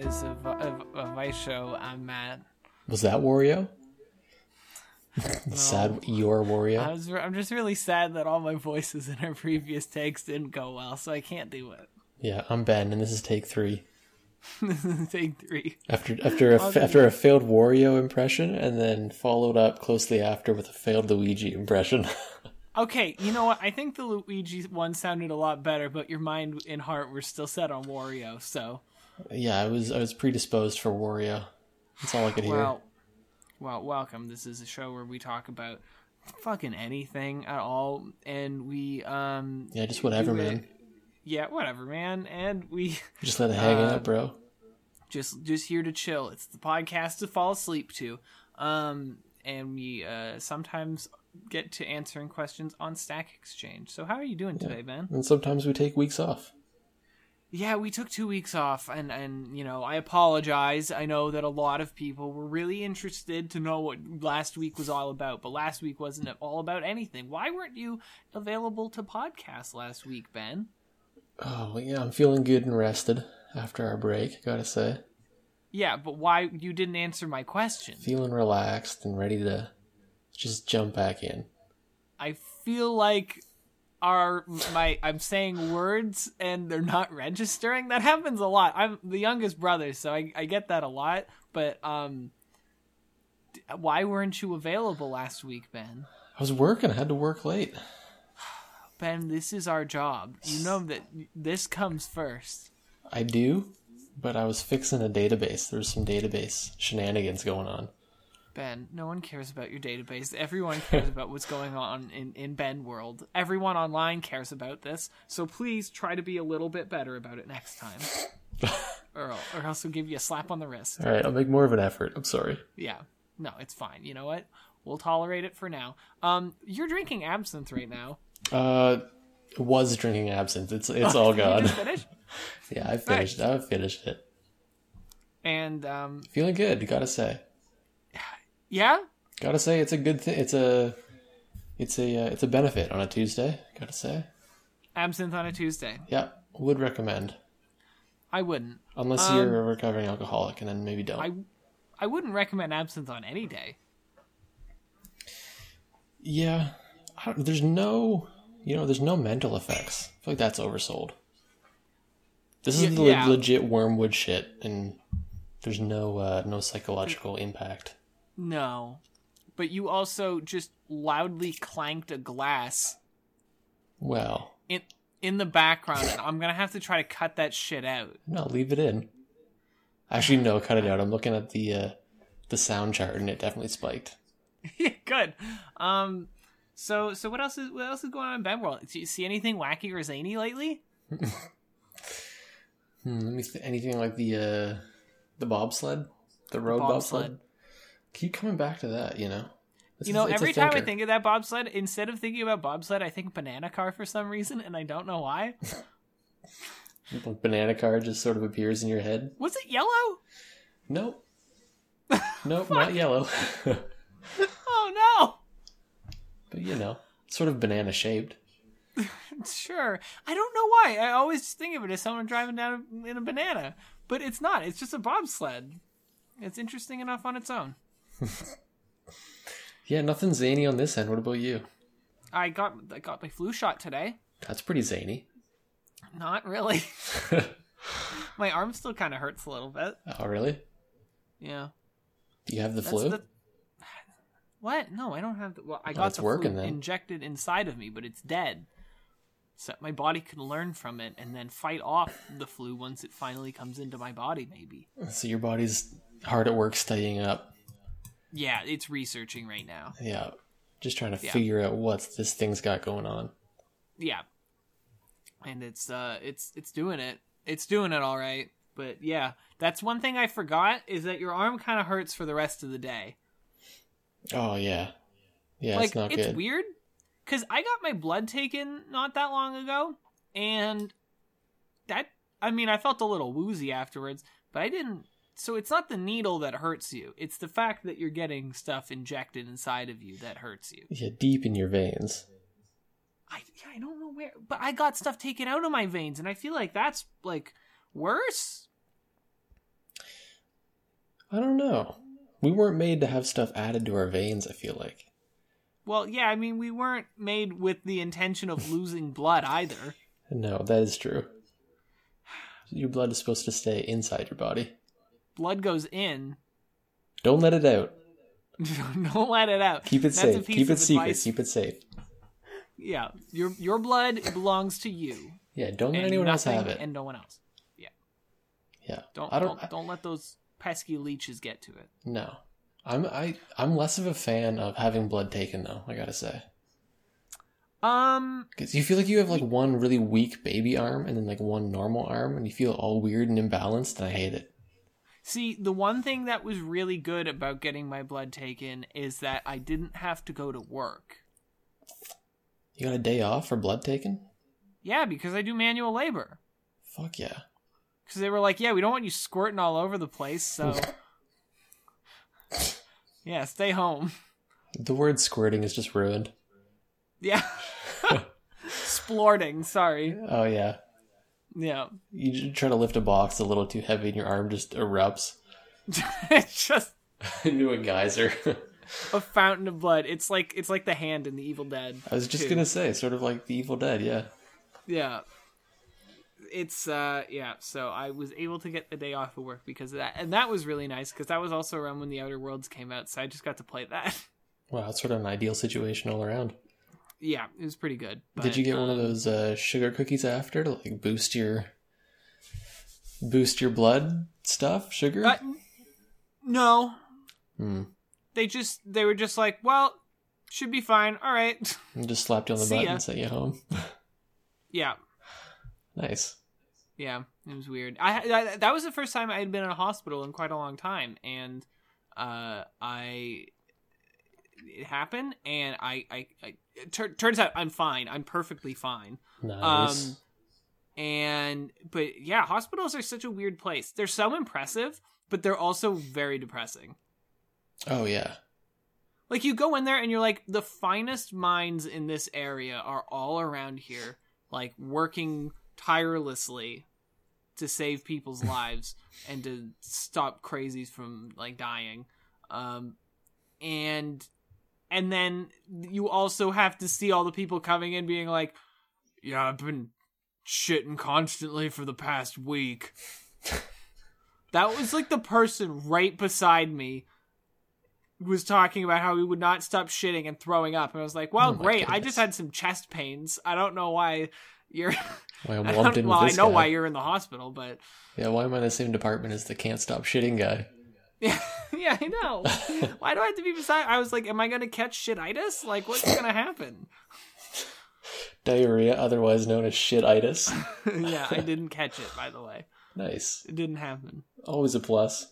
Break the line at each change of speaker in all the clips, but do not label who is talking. is a, a, a Vice show, I'm mad.
Was that Wario? Sad your
I
Wario.
was, re- I'm just really sad that all my voices in our previous takes didn't go well, so I can't do it.
Yeah, I'm Ben, and this is take three.
Take three.
After after a, after a failed Wario impression, and then followed up closely after with a failed Luigi impression.
Okay, you know what? I think the Luigi one sounded a lot better, but your mind and heart were still set on Wario, so.
yeah, I was I was predisposed for Wario. That's all I could hear.
Well, well, welcome. This is a show where we talk about fucking anything at all, and we, um,
yeah, just whatever,
do it-
man.
yeah, whatever, man. And we
Just let it hang out, bro.
just just here to chill. It's the podcast to fall asleep to, um, and we uh, sometimes get to answering questions on Stack Exchange. So how are you doing today, Ben?
And sometimes we take weeks off.
Yeah, we took two weeks off, and and you know I apologize. I know that a lot of people were really interested to know what last week was all about, but last week wasn't at all about anything. Why weren't you available to podcast last week, Ben?
Oh well, yeah, I'm feeling good and rested after our break. Gotta say,
Yeah, but why you didn't answer my question?
feeling relaxed and ready to just jump back in.
I feel like are my I'm saying words and they're not registering. That happens a lot. I'm the youngest brother, so I, I get that a lot. But um, d- why weren't you available last week, Ben?
I was working. I had to work late.
Ben, this is our job. You know that this comes first.
I do, but I was fixing a database. There was some database shenanigans going on.
Ben, no one cares about your database. Everyone cares about what's going on in, in Ben world. Everyone online cares about this. So please try to be a little bit better about it next time. or, or else we'll give you a slap on the wrist.
All right, I'll make more of an effort. I'm sorry.
Yeah. No, it's fine. You know what? We'll tolerate it for now. Um, you're drinking absinthe right now.
Uh, was drinking absinthe. It's it's all
You
gone.
just finished.
yeah, I finished. I finished it.
And um,
Feeling good. Gotta say.
yeah,
Gotta say, it's a good thing. It's a, it's a, uh, it's a benefit on a Tuesday. Gotta say.
absinthe on a Tuesday.
Yeah, would recommend
I wouldn't.
unless you're a recovering alcoholic, and then maybe don't.
I I wouldn't recommend absinthe on any day.
yeah, I don't, there's no, you know, there's no mental effects. I feel like that's oversold. This is
Yeah,
the le-
yeah.
legit wormwood shit, and there's no, uh, no psychological impact.
No. But you also just loudly clanked a glass
Well,
in in the background and I'm going to have to try to cut that shit out.
no, leave it in. Actually, no, cut it out. I'm looking at the, uh, the sound chart, and it definitely spiked.
Yeah, good. Um so so what else is what else is going on in Ben World? Do you see anything wacky or zany lately?
Hmm, let me th- anything like the uh the bobsled, the road bobsled.
bobsled.
Keep coming back to that, you know. This
You
is-
know,
it's a
every time I
thinker.
think of that bobsled, instead of thinking about bobsled, I think banana car for some reason and I don't know why.
The banana car just sort of appears in your head.
Was it yellow?
Nope. Nope, not yellow. but
Oh no.
you know, sort of banana shaped.
Sure. I don't know why. I always think of it as someone driving down in a banana, but it's not. It's just a bobsled. It's interesting enough on its own.
Yeah, nothing zany on this end. What about you?
I got I got my flu shot today.
That's pretty zany.
Not really.
oh,
my arm still kind of hurts a little bit.
really?
Yeah.
Do you have the
That's
flu?
the What? No, I don't have the well, I
Well,
got
it's
the
working
flu
then.
injected inside of me, but it's dead. So my body can learn from it and then fight off the flu once it finally comes into my body maybe.
So your body's hard at work studying up.
Yeah, it's researching right now.
Yeah. Just trying to
Yeah.
figure out what this thing's got going on.
yeah and it's uh it's it's doing it it's doing it all right but yeah that's one thing i forgot is that your arm kind of hurts for the rest of the day
Oh yeah. Yeah,
like
it's not
it's
good.
weird because i got my blood taken not that long ago and that i mean i felt a little woozy afterwards but i didn't so it's not the needle that hurts you it's the fact that you're getting stuff injected inside of you that hurts you
Yeah, deep in your veins.
I yeah, I don't know where, but I got stuff taken out of my veins, and I feel like that's like worse.
I don't know. We weren't made to have stuff added to our veins, I feel like.
Well, yeah, I mean, we weren't made with the intention of losing blood either.
No, that is true. Your blood is supposed to stay inside your body.
Blood goes in.
Don't let it out.
Don't let it out.
Keep it
That's a
safe.
piece
Keep it
of
secret.
advice.
Keep it safe.
Yeah, your your blood belongs to you.
Yeah, don't let
and
anyone else
nothing-
have it.
and no one else.
yeah.
Don't
I
don't
don't,
don't, let those pesky leeches get to it.
No. I'm I I'm less of a fan of having blood taken though, I got to say.
Um,
Cuz you feel like you have like one really weak baby arm and then like one normal arm and you feel all weird and imbalanced and I hate it.
see, the one thing that was really good about getting my blood taken is that I didn't have to go to work.
You got a day off for blood taken?
Yeah, because I do manual labor.
Fuck yeah.
Because they were like, yeah, we don't want you squirting all over the place, so. yeah, stay home.
The word squirting is just ruined.
Yeah. Splorting, sorry.
Oh yeah.
Yeah.
You j- try to lift a box a little too heavy and your arm just erupts
it's just
into a geyser.
a fountain of blood. It's like it's like the hand in the Evil Dead.
I was just
Dude.
going to say sort of like the Evil Dead, yeah.
Yeah. It's uh yeah, so I was able to get the day off of work because of that. And that was really nice because that was also around when the Outer Worlds came out, so I just got to play that.
Wow, it's sort of an ideal situation all around.
yeah, it was pretty good.
Did
but,
you get one
um,
of those uh, sugar cookies after to like boost your boost your blood stuff? Sugar?
Uh, n- no.
Hmm.
They just they were just like, well, should be fine. All right.
And just slapped you on the
see
butt
ya.
and sent you home.
yeah.
nice.
Yeah, it was weird. I, I that was the first time I had been in a hospital in quite a long time, and uh, I it happened, and I I, I it tur- turns out I'm fine. I'm perfectly fine.
Nice.
Um, and but yeah, hospitals are such a weird place. They're so impressive, but they're also very depressing.
oh yeah.
Like you go in there and you're like, the finest minds in this area are all around here, like working tirelessly to save people's lives and to stop crazies from like dying. Um and and then you also have to see all the people coming in being like, Yeah, I've been shitting constantly for the past week. that was like the person right beside me was talking about how he would not stop shitting and throwing up, and I was like, "Well,
Oh my
great. I
goodness.
just had some chest pains. I don't know why you're.
Why I'm
I
lumped
don't,
in
well, I
with this
know
guy.
why you're in the hospital, but
Yeah, why am I in the same department as the can't stop shitting guy?
yeah, yeah, I know. why do I have to be beside? I was like, "Am I gonna catch shititis? Like, what's gonna happen?"
Diarrhea, otherwise known as shititis.
yeah, I didn't catch it. By the way,
nice.
it didn't happen.
Always a plus.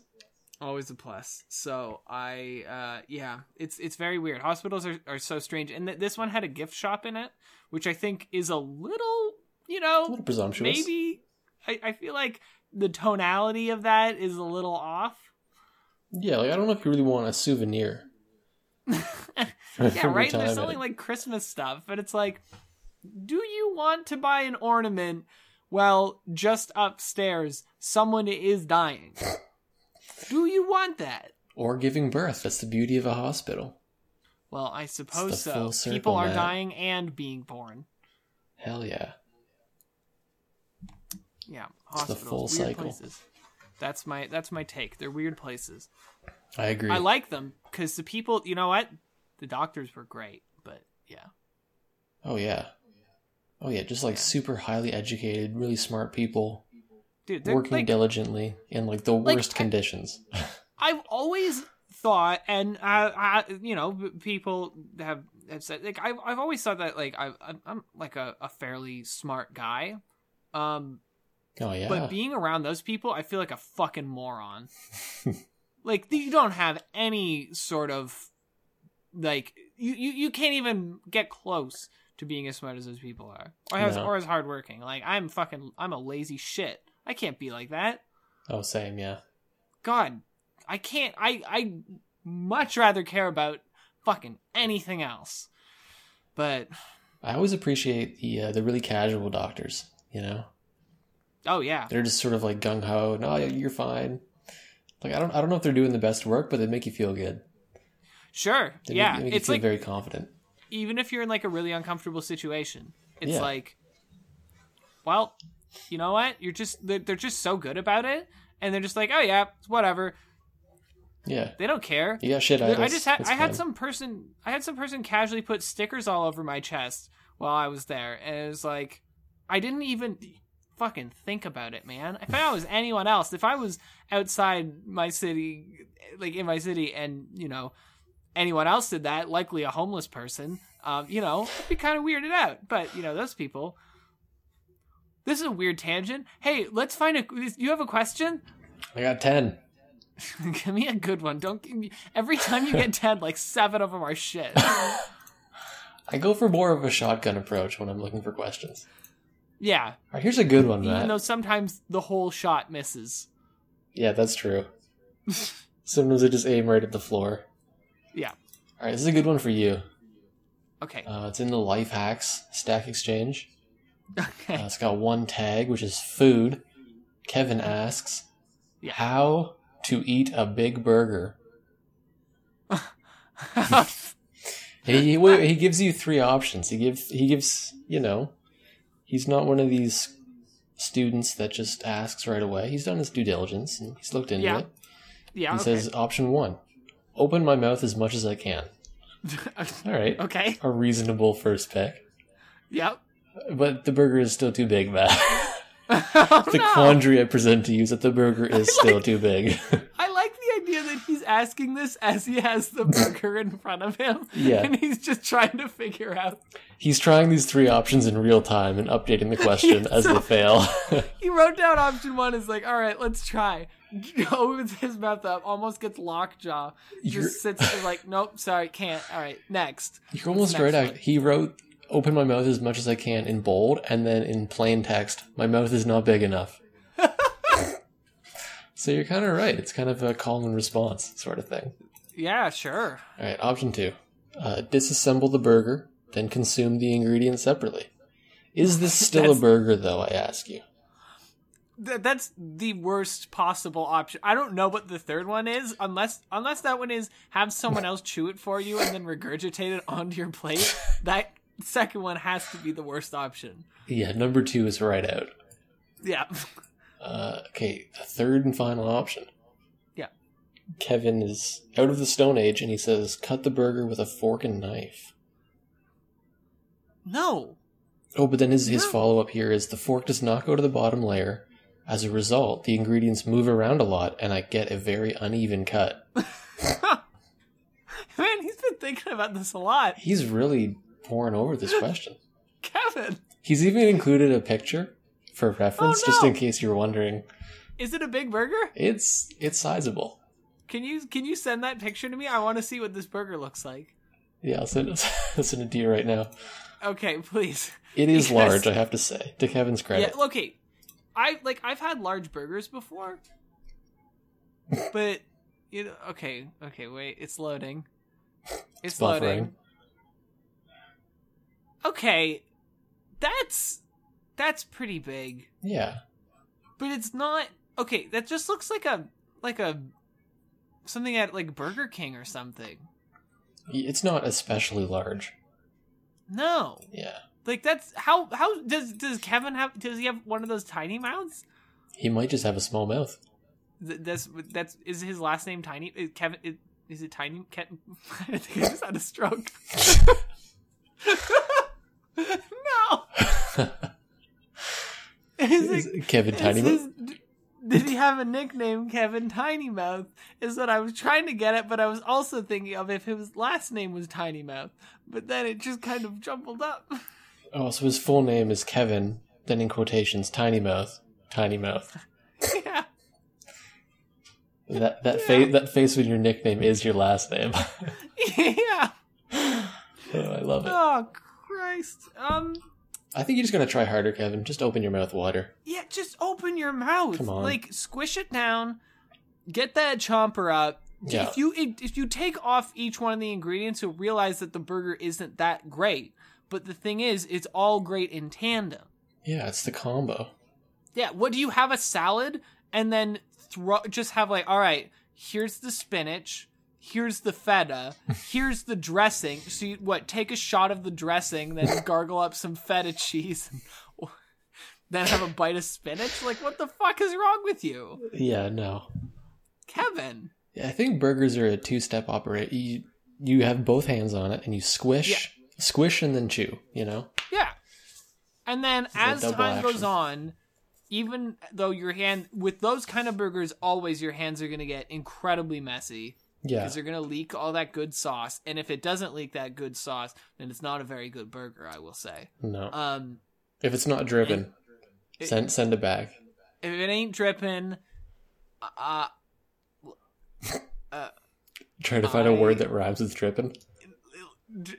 always a plus so i uh yeah it's it's very weird hospitals are, are so strange and th- this one had a gift shop in it which i think is a little you
A
know
little presumptuous.
maybe I, I feel like the tonality of that is a little off
Yeah, like I don't know if you really want a souvenir.
yeah right they're selling like christmas stuff but it's like do you want to buy an ornament well just upstairs someone is dying do you want that
or giving birth. That's the beauty of a hospital.
well i suppose so
full
people
circle,
are
Matt.
dying and being born
Hell yeah.
Yeah,
It's the
hospitals,
full
weird
cycle.
places. That's my that's my take. They're weird places.
I agree.
I like them because the people, you know what, the doctors were great, but yeah,
Oh yeah. Oh yeah, just like
Yeah.
super highly educated, really smart people
dude, they're
working
like
diligently in like the worst conditions.
I've always thought, and uh, I, you know, b- people have have said like I've I've always thought that like I I'm, I'm like a, a fairly smart guy, um,
Oh yeah.
but being around those people, I feel like a fucking moron. like you don't have any sort of like you, you you can't even get close to being as smart as those people are, or as
No.
or as hardworking. Like I'm fucking I'm a lazy shit. I can't be like that.
oh same, yeah.
God, I can't. I I much rather care about fucking anything else. But
I always appreciate the uh, the really casual doctors, you know.
oh yeah,
They're just sort of like gung ho, no, you're fine. Like I don't I don't know if they're doing the best work, but they make you feel good.
Sure.
They
yeah.
make, they make
it's
you feel
like
very confident.
even if you're in like a really uncomfortable situation, it's
Yeah.
like, well, you know what? You're just they're, they're just so good about it, and they're just like, oh yeah, it's whatever.
Yeah,
They don't care.
you got shit
There-
itis.
I just had
It's
I had
fine.
some person I had some person casually put stickers all over my chest while I was there, and it was like I didn't even fucking think about it, man. If I was anyone else, if I was outside my city, like in my city, and you know anyone else did that, likely a homeless person, um, you know, it'd be kind of weirded out. But you know those people. This is a weird tangent. Hey, let's find a. You have a question?
I got ten.
give me a good one. Don't give me every time you get ten, like seven of them are shit.
I go for more of a shotgun approach when I'm looking for questions.
Yeah,
All right, here's a good one, Matt.
even though sometimes the whole shot misses.
Yeah, that's true. Sometimes I just aim right at the floor.
Yeah.
All right, this is a good one for you.
Okay.
Uh, it's in the life hacks stack exchange. Uh,
Okay.
it's got one tag, which is food. Kevin asks,
Uh-huh. Yeah.
"How to eat a big burger?" uh, He he, wait, he gives you three options. He gives he gives you know, he's not one of these students that just asks right away. He's done his due diligence and he's looked into
Yeah.
it.
yeah.
He
Oh, okay.
says option one, open my mouth as much as I can. All right,
okay.
a reasonable first pick,
Yep.
but the burger is still too big, Matt.
Oh,
the
no.
quandary I present to you is that the burger is still too big.
I like the idea that he's asking this as he has the burger in front of him,
Yeah.
and he's just trying to figure out.
he's trying these three options in real time and updating the question
Yeah,
as
so-
they fail.
He wrote down option one is like, all right, let's try. Opens his mouth up, almost gets lockjaw. Just
You're-
sits there like, nope, sorry, can't. All right, next.
You're almost
Next
right.
one.
Out. He wrote, "Open my mouth as much as I can" in bold, and then in plain text, "My mouth is not big enough." so you're kind of right. It's kind of a call and response sort of thing.
Yeah, sure.
All right, option two: uh, disassemble the burger, then consume the ingredients separately. Is this still a
That's-
burger, though? I ask you.
Th- that's the worst possible option. I don't know what the third one is, unless unless that one is have someone else chew it for you and then regurgitate it onto your plate. That second one has to be the worst option.
Yeah, number two is right out.
Yeah.
Uh, okay, the third and final option.
Yeah.
Kevin is out of the Stone Age, and he says, "Cut the burger with a fork and knife."
No.
Oh, but then his, his
No.
follow up here is the fork does not go to the bottom layer. As a result, the ingredients move around a lot, and I get a very uneven cut.
Man, he's been thinking about this a lot.
He's really pouring over this question.
Kevin,
He's even included a picture for reference,
Oh,
just in
no.
case you were wondering.
is it a big burger?
It's it's sizable.
Can you can you send that picture to me? I want to see what this burger looks like.
Yeah, I'll send, it, I'll send it to you right now.
Okay, please.
It is
Yes.
large, I have to say, to Kevin's
Yeah,
credit.
okay. I like I've had large burgers before. but you know, okay, okay, wait, it's loading. It's,
It's buffering.
loading. Okay. That's that's pretty big.
Yeah.
But it's not okay, that just looks like a like a something at like Burger King or something.
It's not especially large.
No.
Yeah.
Like that's how how does does Kevin have does he have one of those tiny mouths?
He might just have a small mouth.
Th- that's that's is his last name tiny is kevin is, is it tiny Ke- i think i just had a stroke no is it,
Kevin
is
Tiny Mouth?
his- d- did he have a nickname kevin tiny mouth is what i was trying to get at but i was also thinking of if his last name was tiny mouth but then it just kind of jumbled up
Oh, so his full name is Kevin, then in quotations, Tiny Mouth, Tiny Mouth.
yeah
That that face that face when your nickname is your last name.
yeah
Oh, I love it.
oh christ um
I think you're just gonna try harder, Kevin. Just open your mouth wider.
Yeah, just open your mouth.
Come on.
Like squish it down. Get that chomper up.
Yeah.
If you if you take off each one of the ingredients, you'll realize that the burger isn't that great. But the thing is, it's all great in tandem.
Yeah, it's the combo.
Yeah, what do you have a salad and then throw just have like all right here's the spinach here's the feta here's the dressing so you, what take a shot of the dressing then gargle up some feta cheese and then have a bite of spinach like what the fuck is wrong with you
Yeah, no.
kevin
Yeah, I think burgers are a two-step operate. You you have both hands on it and you squish, squish, and then chew. You know.
Yeah. And then
like
as
double
time goes
action.
on, even though your hand with those kind of burgers always your hands are going to get incredibly messy
Yeah.
because they're going to leak all that good sauce and if it doesn't leak that good sauce then it's not a very good burger I will say.
No.
Um
if it's not dripping,
It-
send send it back.
if it ain't dripping uh
Try to find a
I-
word that rhymes with dripping.
d-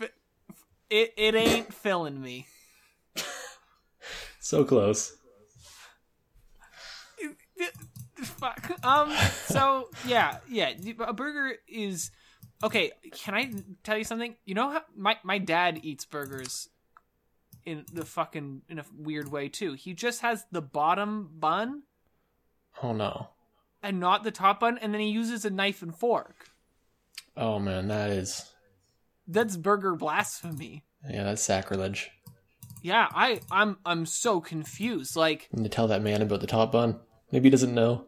f- it it ain't filling me.
So close.
Fuck. Um. So yeah, yeah. A burger is okay. Can I tell you something? You know how my my dad eats burgers in the fucking in a weird way too. He just has the bottom bun
Oh no.
and not the top bun, and then he uses a knife and fork.
Oh man, that is
That's burger blasphemy.
yeah, that's sacrilege.
Yeah, I I'm I'm so confused. Like
And to tell that man about the top bun, maybe he doesn't know.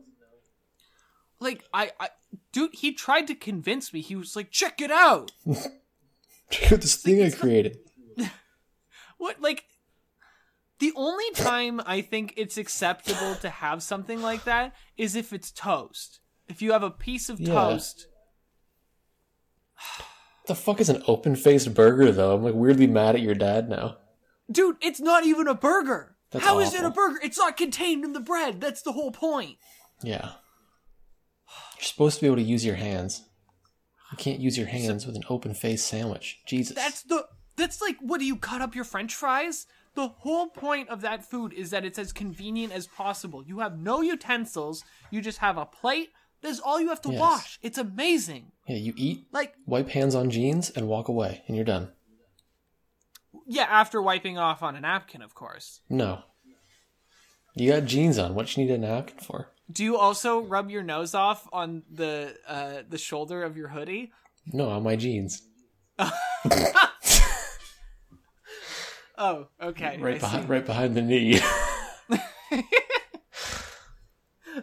like I I dude, he tried to convince me. He was like, check it out.
Check out this thing I created.
What like the only time I think it's acceptable to have something like that is if it's toast. If you have a piece of
Yeah.
toast,
What the fuck is an open-faced burger though? I'm like weirdly mad at your dad now.
dude, it's not even a burger. How is
That's
it
awful.
a burger? It's not contained in the bread. That's the whole point.
Yeah. You're supposed to be able to use your hands. You can't use your hands with an open faced sandwich. Jesus.
That's the that's like what do you cut up your french fries? The whole point of that food is that it's as convenient as possible. You have no utensils, you just have a plate. That's all you have to
Yes.
wash. It's amazing.
yeah, you eat,
Like
wipe hands on jeans, and walk away, and you're done.
yeah, after wiping off on a napkin, of course.
No. You got jeans on. What you need a napkin for?
Do you also rub your nose off on the uh, the shoulder of your hoodie?
No, on my jeans.
Oh, okay.
Right
I
behind right behind the knee.
see.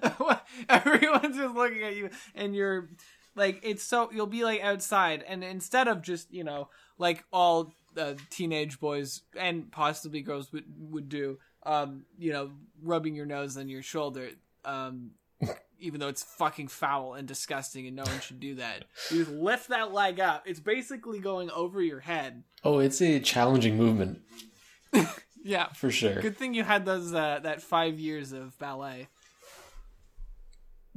Everyone's just looking at you, and you're like, it's so you'll be like outside, and instead of just you know like all uh, teenage boys and possibly girls would would do, um, you know, rubbing your nose on your shoulder, um. Even though it's fucking foul and disgusting, and no one should do that, you just lift that leg up. It's basically going over your head,
oh, it's a challenging movement,
Yeah.
for sure.
Good thing you had those uh, that five years of ballet.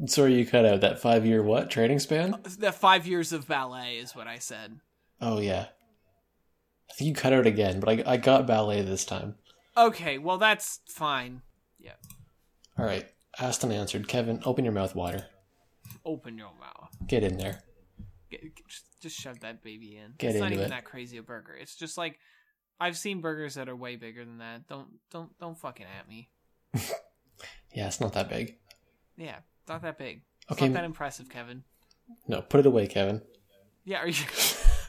Sorry you cut out that five year what? Training span?
That five years of ballet is what I said.
Oh yeah. I think you cut out again, but I I got ballet this time.
Okay, well that's fine.
Alright. Asked and answered. Kevin, open your mouth wider.
Open your mouth.
Get in there.
Get, get- just, just shove that baby in.
Get
it's not
into
even
it.
that crazy a burger. It's just like I've seen burgers that are way bigger than that. Don't don't don't fucking at me.
Yeah, it's not that big.
Yeah, it's not that big. It's
Okay.
not that impressive, Kevin.
No, put it away, Kevin.
Yeah, are you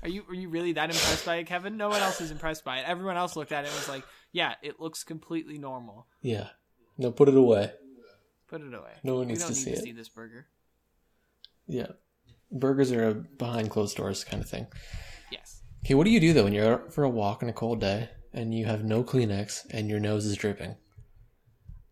are you are you really that impressed by it, Kevin? No one else is impressed by it. Everyone else looked at it and was like, "Yeah, it looks completely normal."
Yeah. No, put it away.
Put it away.
No one
we
needs
don't
to
need
see
to
it.
see this burger.
Yeah. Burgers are a behind closed doors kind of thing.
Yes.
Okay, what do you do though when you're out for a walk on a cold day and you have no Kleenex and your nose is dripping?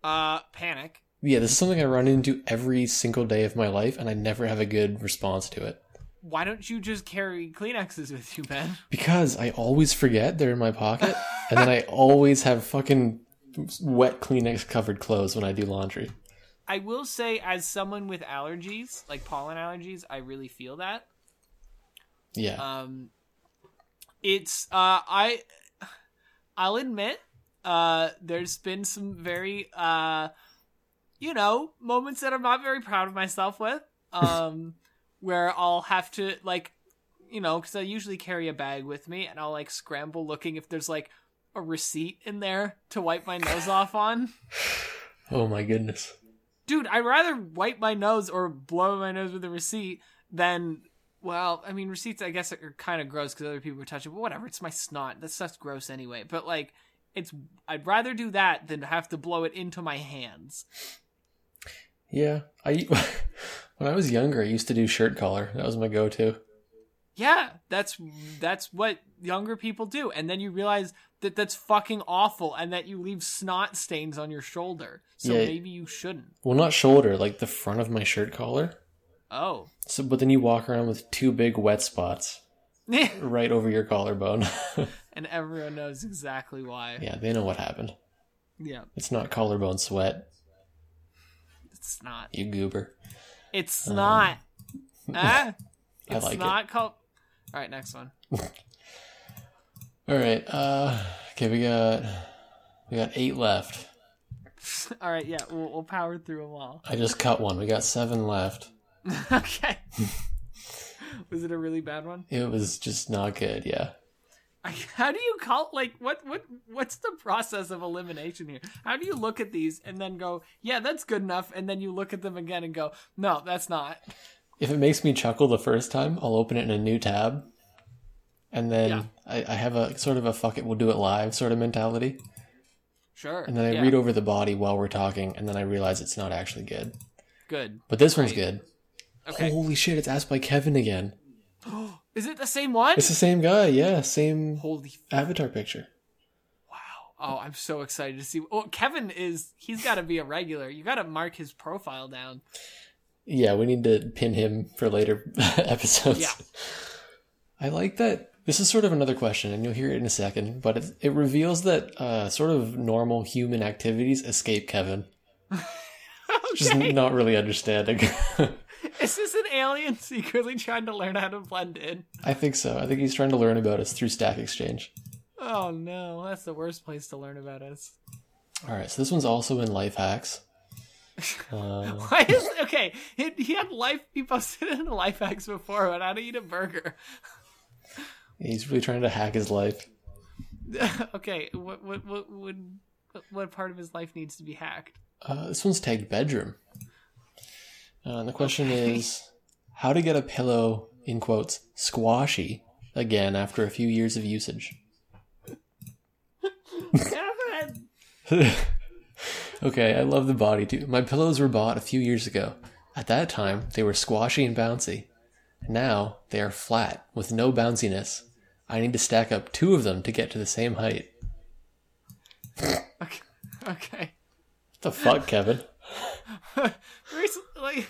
Uh, panic.
Yeah, this is something I run into every single day of my life and I never have a good response to it.
Why don't you just carry Kleenexes with you, Ben?
Because I always forget they're in my pocket and then I always have fucking wet Kleenex covered clothes when I do laundry.
I will say, as someone with allergies, like pollen allergies, I really feel that.
Yeah.
Um, it's uh, I, I'll admit, uh, there's been some very uh, you know, moments that I'm not very proud of myself with. Um, where I'll have to like, you know, because I usually carry a bag with me, and I'll like scramble looking if there's like a receipt in there to wipe my nose off on.
Oh my goodness.
dude, I'd rather wipe my nose or blow my nose with a receipt than. Well, I mean, receipts, I guess, are kind of gross because other people were touching, but whatever. It's my snot. That stuff's gross anyway. But, like, it's. I'd rather do that than have to blow it into my hands.
Yeah, I when I was younger, I used to do shirt collar. That was my go-to.
Yeah, that's that's what younger people do, and then you realize that that's fucking awful, and that you leave snot stains on your shoulder. So
Yeah.
maybe you shouldn't.
Well, not shoulder, like the front of my shirt collar.
Oh,
So, but then you walk around with two big wet spots
and
right over your collarbone.
everyone knows exactly why. Yeah,
yeah, they know what happened. It's not collarbone sweat,
it's not.
you goober.
It's not. Huh?
Um, I
It's
like it.
not called. All right, next one.
All right. Uh, okay, we got we got eight left.
All right, yeah, we'll, we'll power through them all.
I just cut one. We got seven left.
okay. Was it a really bad one?
It was just not good. Yeah.
I- How do you call like what what what's the process of elimination here? How do you look at these and then go, yeah, that's good enough, and then you look at them again and go, no, that's not.
If it makes me chuckle the first time, I'll open it in a new tab, and then
Yeah.
I, I have a sort of a fuck it, we'll do it live sort of mentality,
Sure.
and then I
yeah,
read over the body while we're talking, and then I realize it's not actually good.
Good.
But this one's
Right.
good.
Okay.
Holy shit! It's asked by Kevin again.
Is it the same one?
It's the same guy. Yeah, same
Holy
avatar picture.
wow! Oh, I'm so excited to see. Oh, Kevin is he's got to be a regular. You got to mark his profile down.
Yeah, we need to pin him for later episodes.
Yeah.
I like that. This is sort of another question, and you'll hear it in a second, but it, it reveals that uh, sort of normal human activities escape Kevin. Which is
Okay.
not really understanding.
Is this an alien secretly trying to learn how to blend in?
I think so. I think he's trying to learn about us through Stack Exchange.
Oh no, that's the worst place to learn about us.
All right, so this one's also in Life Hacks. Uh,
Why is okay? He, he had life. He posted it in life hacks before about how to eat a burger.
he's really trying to hack his life.
okay, what what what would what part of his life needs to be hacked?
Uh, this one's tagged bedroom. Uh, and the question is how to get a pillow, in quotes, squashy again after a few years of usage. okay, I love the body too. My pillows were bought a few years ago. At that time, they were squashy and bouncy. Now, they are flat with no bounciness. I need to stack up two of them to get to the same height.
okay, okay.
What the fuck, Kevin?
Where's, like,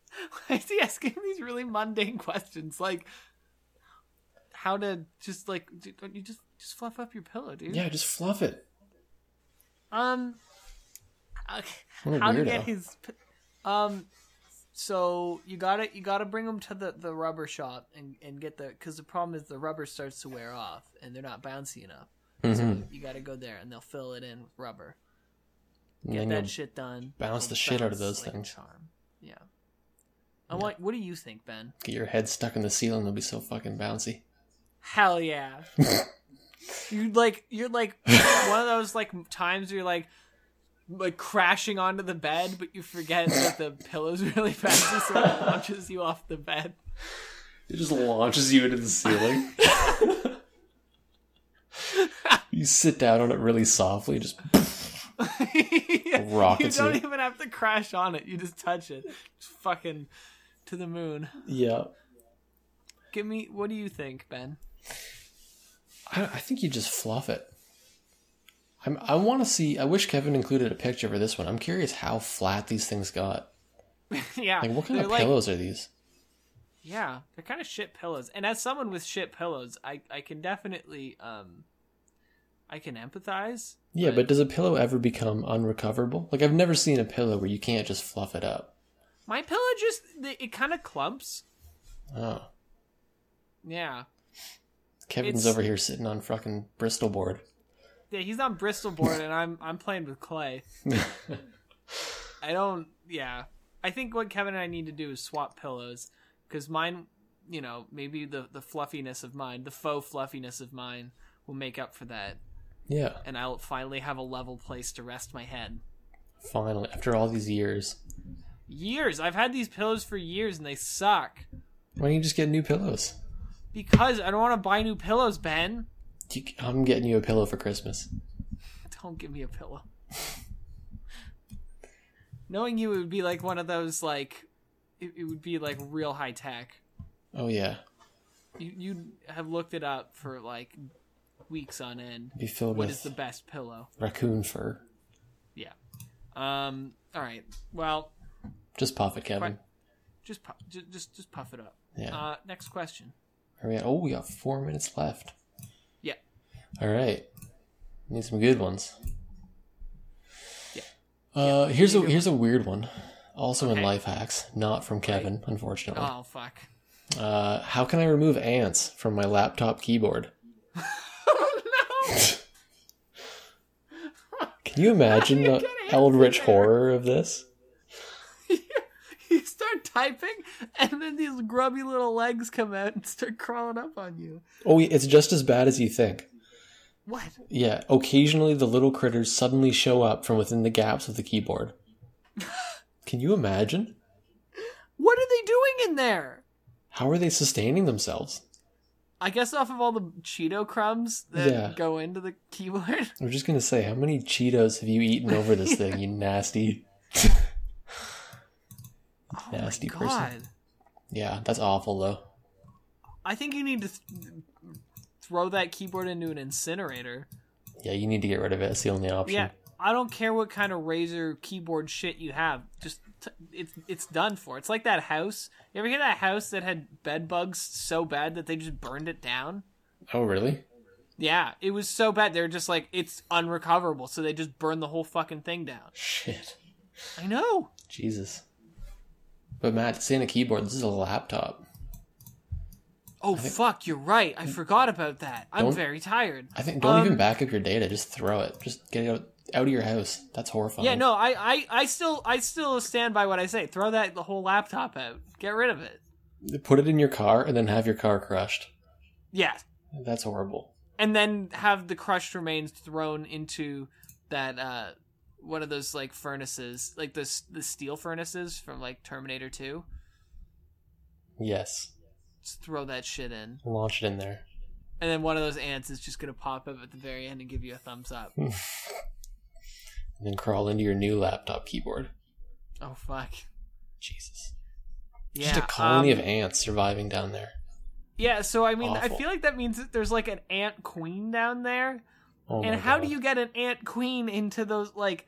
why is he asking these really mundane questions? Like, how to just like do- don't you just just fluff up your pillow, dude?
Yeah, just fluff it.
Um. Okay.
What a
How to
weirdo.
get his? p- Um. So you gotta you gotta bring him to the the rubber shop and and get the because the problem is the rubber starts to wear off and they're not bouncy enough.
Mhm.
You gotta go there and they'll fill it in with rubber.
And
Get
then
that
you'll-
shit done.
bounce
It'll
the shit out
bounce
of those
like a
things.
Charm. Yeah. I want. What do you think, Ben?
Get your head stuck in the ceiling, it'll be so fucking bouncy.
Hell yeah. you like you're like one of those like times where you're like like crashing onto the bed, but you forget that the pillow's really bouncy, so it launches you off the bed.
It just launches you into the ceiling. you sit down on it really softly, just
you
Rockets
don't
it.
even have to crash on it; you just touch it, just fucking to the moon.
yeah.
Give me, what do you think, Ben?
I, I think you just fluff it. I'm, I want to see. I wish Kevin included a picture for this one. I'm curious how flat these things got.
yeah,
Like, what kind
they're
of
like-
pillows are these?
Yeah, they're kind of shit pillows. And as someone with shit pillows, I I can definitely um, I can empathize.
Yeah, but does a pillow ever become unrecoverable? Like, I've never seen a pillow where you can't just fluff it up.
My pillow just it, it kind of clumps.
Oh,
Yeah.
Kevin's
It's-
over here sitting on fucking Bristol board.
Yeah, he's on Bristol board and I'm I'm playing with clay. I don't yeah. I think what Kevin and I need to do is swap pillows cuz mine, you know, maybe the the fluffiness of mine, the faux fluffiness of mine will make up for that
Yeah.
and I'll finally have a level place to rest my head.
Finally, after all these years,
Years. I've had these pillows for years and they suck.
why don't you just get new pillows?
Because I don't want to buy new pillows, Ben.
You, I'm getting you a pillow for Christmas.
Don't give me a pillow. Knowing you, it would be like one of those, like, it, it would be like real high tech.
Oh yeah,
You, you'd have looked it up for like weeks on end.
be filled
What
with
is the best pillow?
raccoon fur.
Yeah. Um. All right. Well,
Just pop it, Kevin.
just pu- just just, just puff it up.
Yeah.
Uh. Next question.
Are we at- oh, we got four minutes left.
Yeah.
All right. Need some good ones.
Yeah.
Uh, here's a
good
here's a weird one. Also
Okay.
in life hacks, not from Kevin, unfortunately.
Oh fuck.
Uh, how can I remove ants from my laptop keyboard?
Oh no.
Can you imagine
you
the
get ants in
eldritch
there?
horror of this?
you start typing, and then these grubby little legs come out and start crawling up on you.
Oh, yeah, it's just as bad as you think.
What?
Yeah, occasionally the little critters suddenly show up from within the gaps of the keyboard. Can you imagine?
What are they doing in there?
How are they sustaining themselves?
I guess off of all the Cheeto crumbs that
Yeah.
go into the keyboard.
I'm just gonna say, how many Cheetos have you eaten over this thing, you nasty?
Oh
Nasty
my
person.
god.
Yeah, that's awful though.
I think you need to th- throw that keyboard into an incinerator.
Yeah, you need to get rid of it. It's the only option.
Yeah. I don't care what kind of razor keyboard shit you have. Just t- it's it's done for. It's like that house. You ever hear that house that had bed bugs so bad that they just burned it down?
Oh, really?
Yeah, it was so bad. They're just like it's unrecoverable, so they just burned the whole fucking thing down.
Shit.
I know.
Jesus. But Matt, it's in a keyboard. This is a laptop.
Oh fuck, you're right. I forgot about that. I'm
Don't-
very tired.
I think don't
Um,
even back up your data. Just throw it. Just get it out, out of your house. That's horrifying.
Yeah, no, I, I, I still, I still stand by what I say. Throw that the whole laptop out. Get rid of it.
Put it in your car and then have your car crushed.
Yeah,
That's horrible.
and then have the crushed remains thrown into that uh, one of those like furnaces, like the s- the steel furnaces from like Terminator Two.
Yes.
Just throw that shit in,
Launch it in there.
and then one of those ants is just gonna pop up at the very end and give you a thumbs up.
And then crawl into your new laptop keyboard.
Oh fuck.
Jesus.
Yeah.
Just a colony
um,
of ants surviving down there.
Yeah, so I mean, I
Awful.
feel like that means that there's like an ant queen down there.
Oh my
and how do
God.
you get an ant queen into those like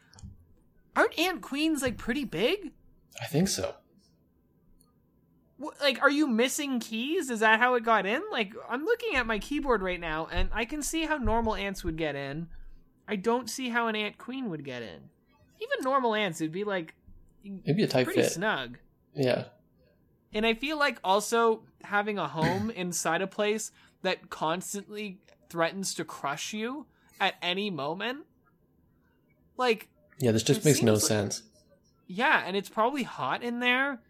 Aren't ant queens like pretty big?
I think so.
What, like are you missing keys? Is that how it got in? Like I'm looking at my keyboard right now and I can see how normal ants would get in. I don't see how an ant queen would get in. Even normal ants would be like
It'd be a tight
pretty
fit.
snug.
yeah.
And I feel like also having a home inside a place that constantly threatens to crush you at any moment. Like,
Yeah, this just
It
makes no
seems like-
sense.
yeah, and it's probably hot in there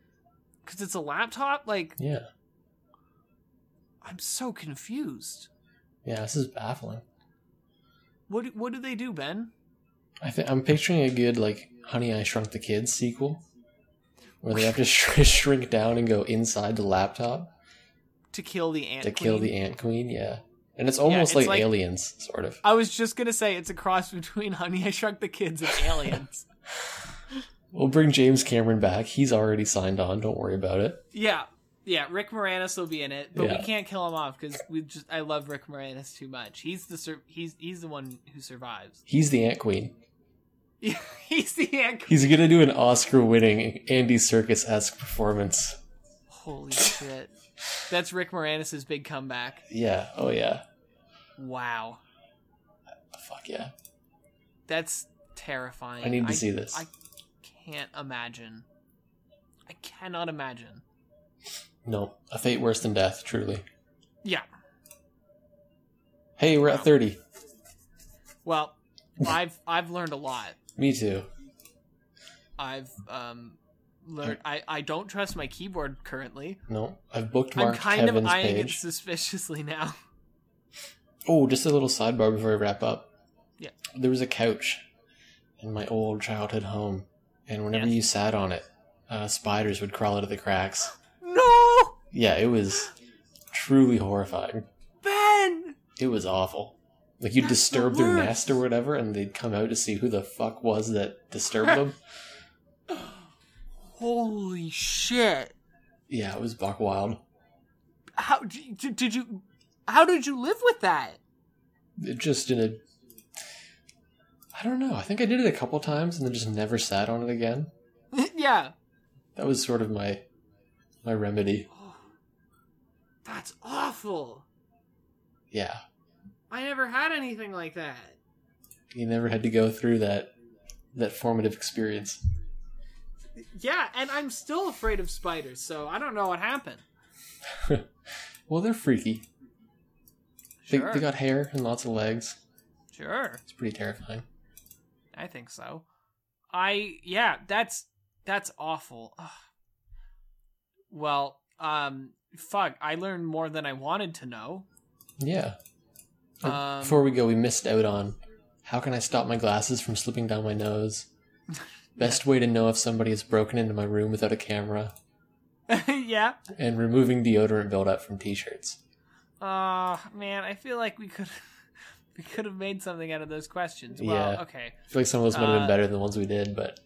because it's a laptop. Like,
Yeah.
I'm so confused.
Yeah, this is baffling.
What do- what do they do, Ben?
I think I'm picturing a good like Honey I Shrunk the Kids sequel, where they have to sh- shrink down and go inside the laptop
To kill the ant?
to kill the
queen?
ant queen. Yeah, and it's almost
it's
like,
like-
aliens, sort of.
I was just gonna say it's a cross between Honey I Shrunk the Kids and Aliens.
We'll bring James Cameron back. He's already signed on. Don't worry about it.
yeah, yeah. Rick Moranis will be in it, but
Yeah.
we can't kill him off because we just I love Rick Moranis too much. He's the sur- he's he's the one who survives.
He's the ant queen.
he's the ant.
He's gonna do an Oscar-winning Andy Serkis-esque performance.
Holy shit! That's Rick Moranis's big comeback.
Yeah. Oh yeah.
Wow,
Fuck yeah.
that's terrifying.
I need to see this.
I can't imagine. I cannot imagine.
No, a fate worse than death. Truly.
Yeah.
Hey, we're at thirty.
Well, I've I've learned a lot.
Me too.
I've um learned I I don't trust my keyboard currently.
No, I've bookmarked
I'm kind
Kevin's
of eyeing
page.
it suspiciously now.
Oh, just a little sidebar before I wrap up.
Yeah.
There was a couch in my old childhood home, and whenever
Yes.
you sat on it, uh, spiders would crawl out of the cracks.
No,
Yeah, it was truly horrifying.
Ben.
It was awful. Like you'd
That's the
disturb their
worst.
nest or whatever, and they'd come out to see who the fuck was that disturbed them.
Holy shit!
Yeah, it was buck wild.
How did you, did you? How did you live with that?
It just in a. I don't know. I think I did it a couple times and then just never sat on it again.
yeah,
That was sort of my my remedy.
that's awful.
Yeah,
I never had anything like that.
you never had to go through that that formative experience.
Yeah, and I'm still afraid of spiders, so I don't know what happened.
Well, they're freaky. They,
Sure,
they got hair and lots of legs.
sure.
It's pretty terrifying.
I think so. I yeah, that's that's awful. Ugh. Well, um, fuck. I learned more than I wanted to know.
Yeah. Oh,
Um,
Before we go, we missed out on how can I stop my glasses from slipping down my nose? Best way to know if somebody has broken into my room without a camera
yeah.
and removing deodorant buildup from t-shirts.
Oh man, I feel like we could we could have made something out of those questions. Well,
Yeah.
okay,
I feel like some of those might have
Uh,
been better than the ones we did, but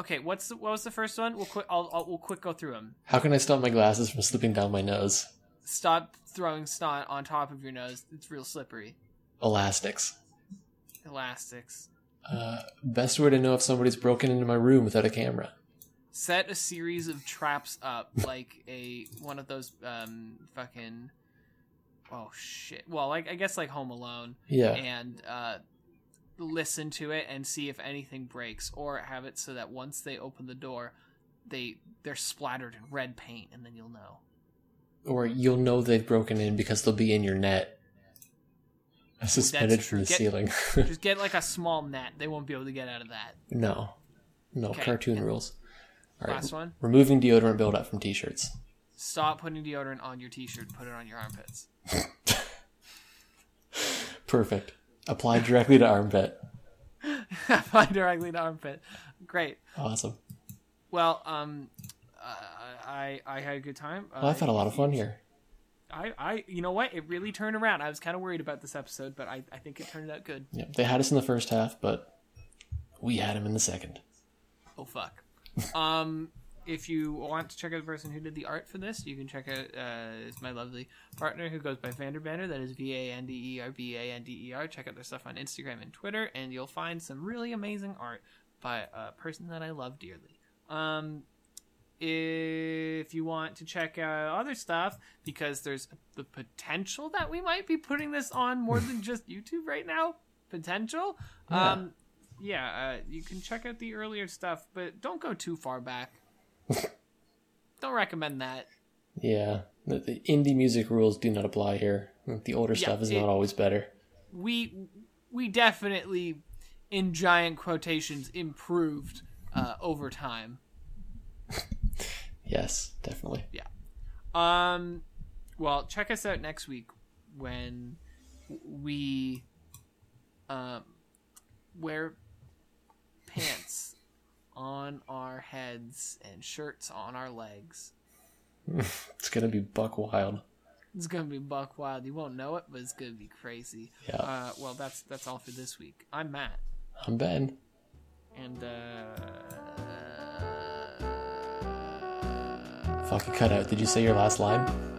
okay. What's the, what was the first one? We'll quick I'll, I'll we'll quick go through them.
how can I stop my glasses from slipping down my nose?
Stop throwing snot on top of your nose. It's real slippery.
Elastics.
Elastics.
Uh, best way to know if somebody's broken into my room without a camera.
Set a series of traps up like a one of those um fucking oh shit. Well, like I guess like Home Alone.
Yeah,
and uh, listen to it and see if anything breaks, or have it so that once they open the door, they they're splattered in red paint, and then you'll know.
or you'll know they've broken in because they'll be in your net, suspended from the
Get-
ceiling.
Just get like a small net; they won't be able to get out of that.
no, no
Okay.
cartoon rules. All right,
Last one:
removing deodorant buildup from t-shirts.
stop putting deodorant on your t-shirt, put it on your armpits.
Perfect. Applied directly to armpit.
Apply directly to armpit. Great.
Awesome.
Well, um, uh, I I had a good time.
Well, I've had a lot of fun here.
I I you know what? It really turned around. I was kind of worried about this episode, but I I think it turned out good.
Yeah, they had us in the first half, but we had them in the second.
Oh fuck. Um, if you want to check out the person who did the art for this, you can check out uh, it's my lovely partner who goes by Vanderbander. That is V A N D E R B A N D E R. Check out their stuff on Instagram and Twitter, and you'll find some really amazing art by a person that I love dearly. Um, if you want to check out other stuff, because there's the potential that we might be putting this on more than just YouTube right now, potential.
Yeah.
Um, yeah, uh, you can check out the earlier stuff, but don't go too far back. don't recommend that.
Yeah, the, the indie music rules do not apply here. The older
Yeah,
stuff is
it-
not always better.
We we definitely, in giant quotations, improved uh, over time.
Yes, definitely.
Um, well, check us out next week when we um wear pants on our heads and shirts on our legs.
It's gonna be buck wild.
It's gonna be buck wild. You won't know it, but it's gonna be crazy.
Yeah.
Uh, well, that's that's all for this week. I'm Matt,
I'm Ben.
and uh,
Fuck, you cut out. Did you say your last line?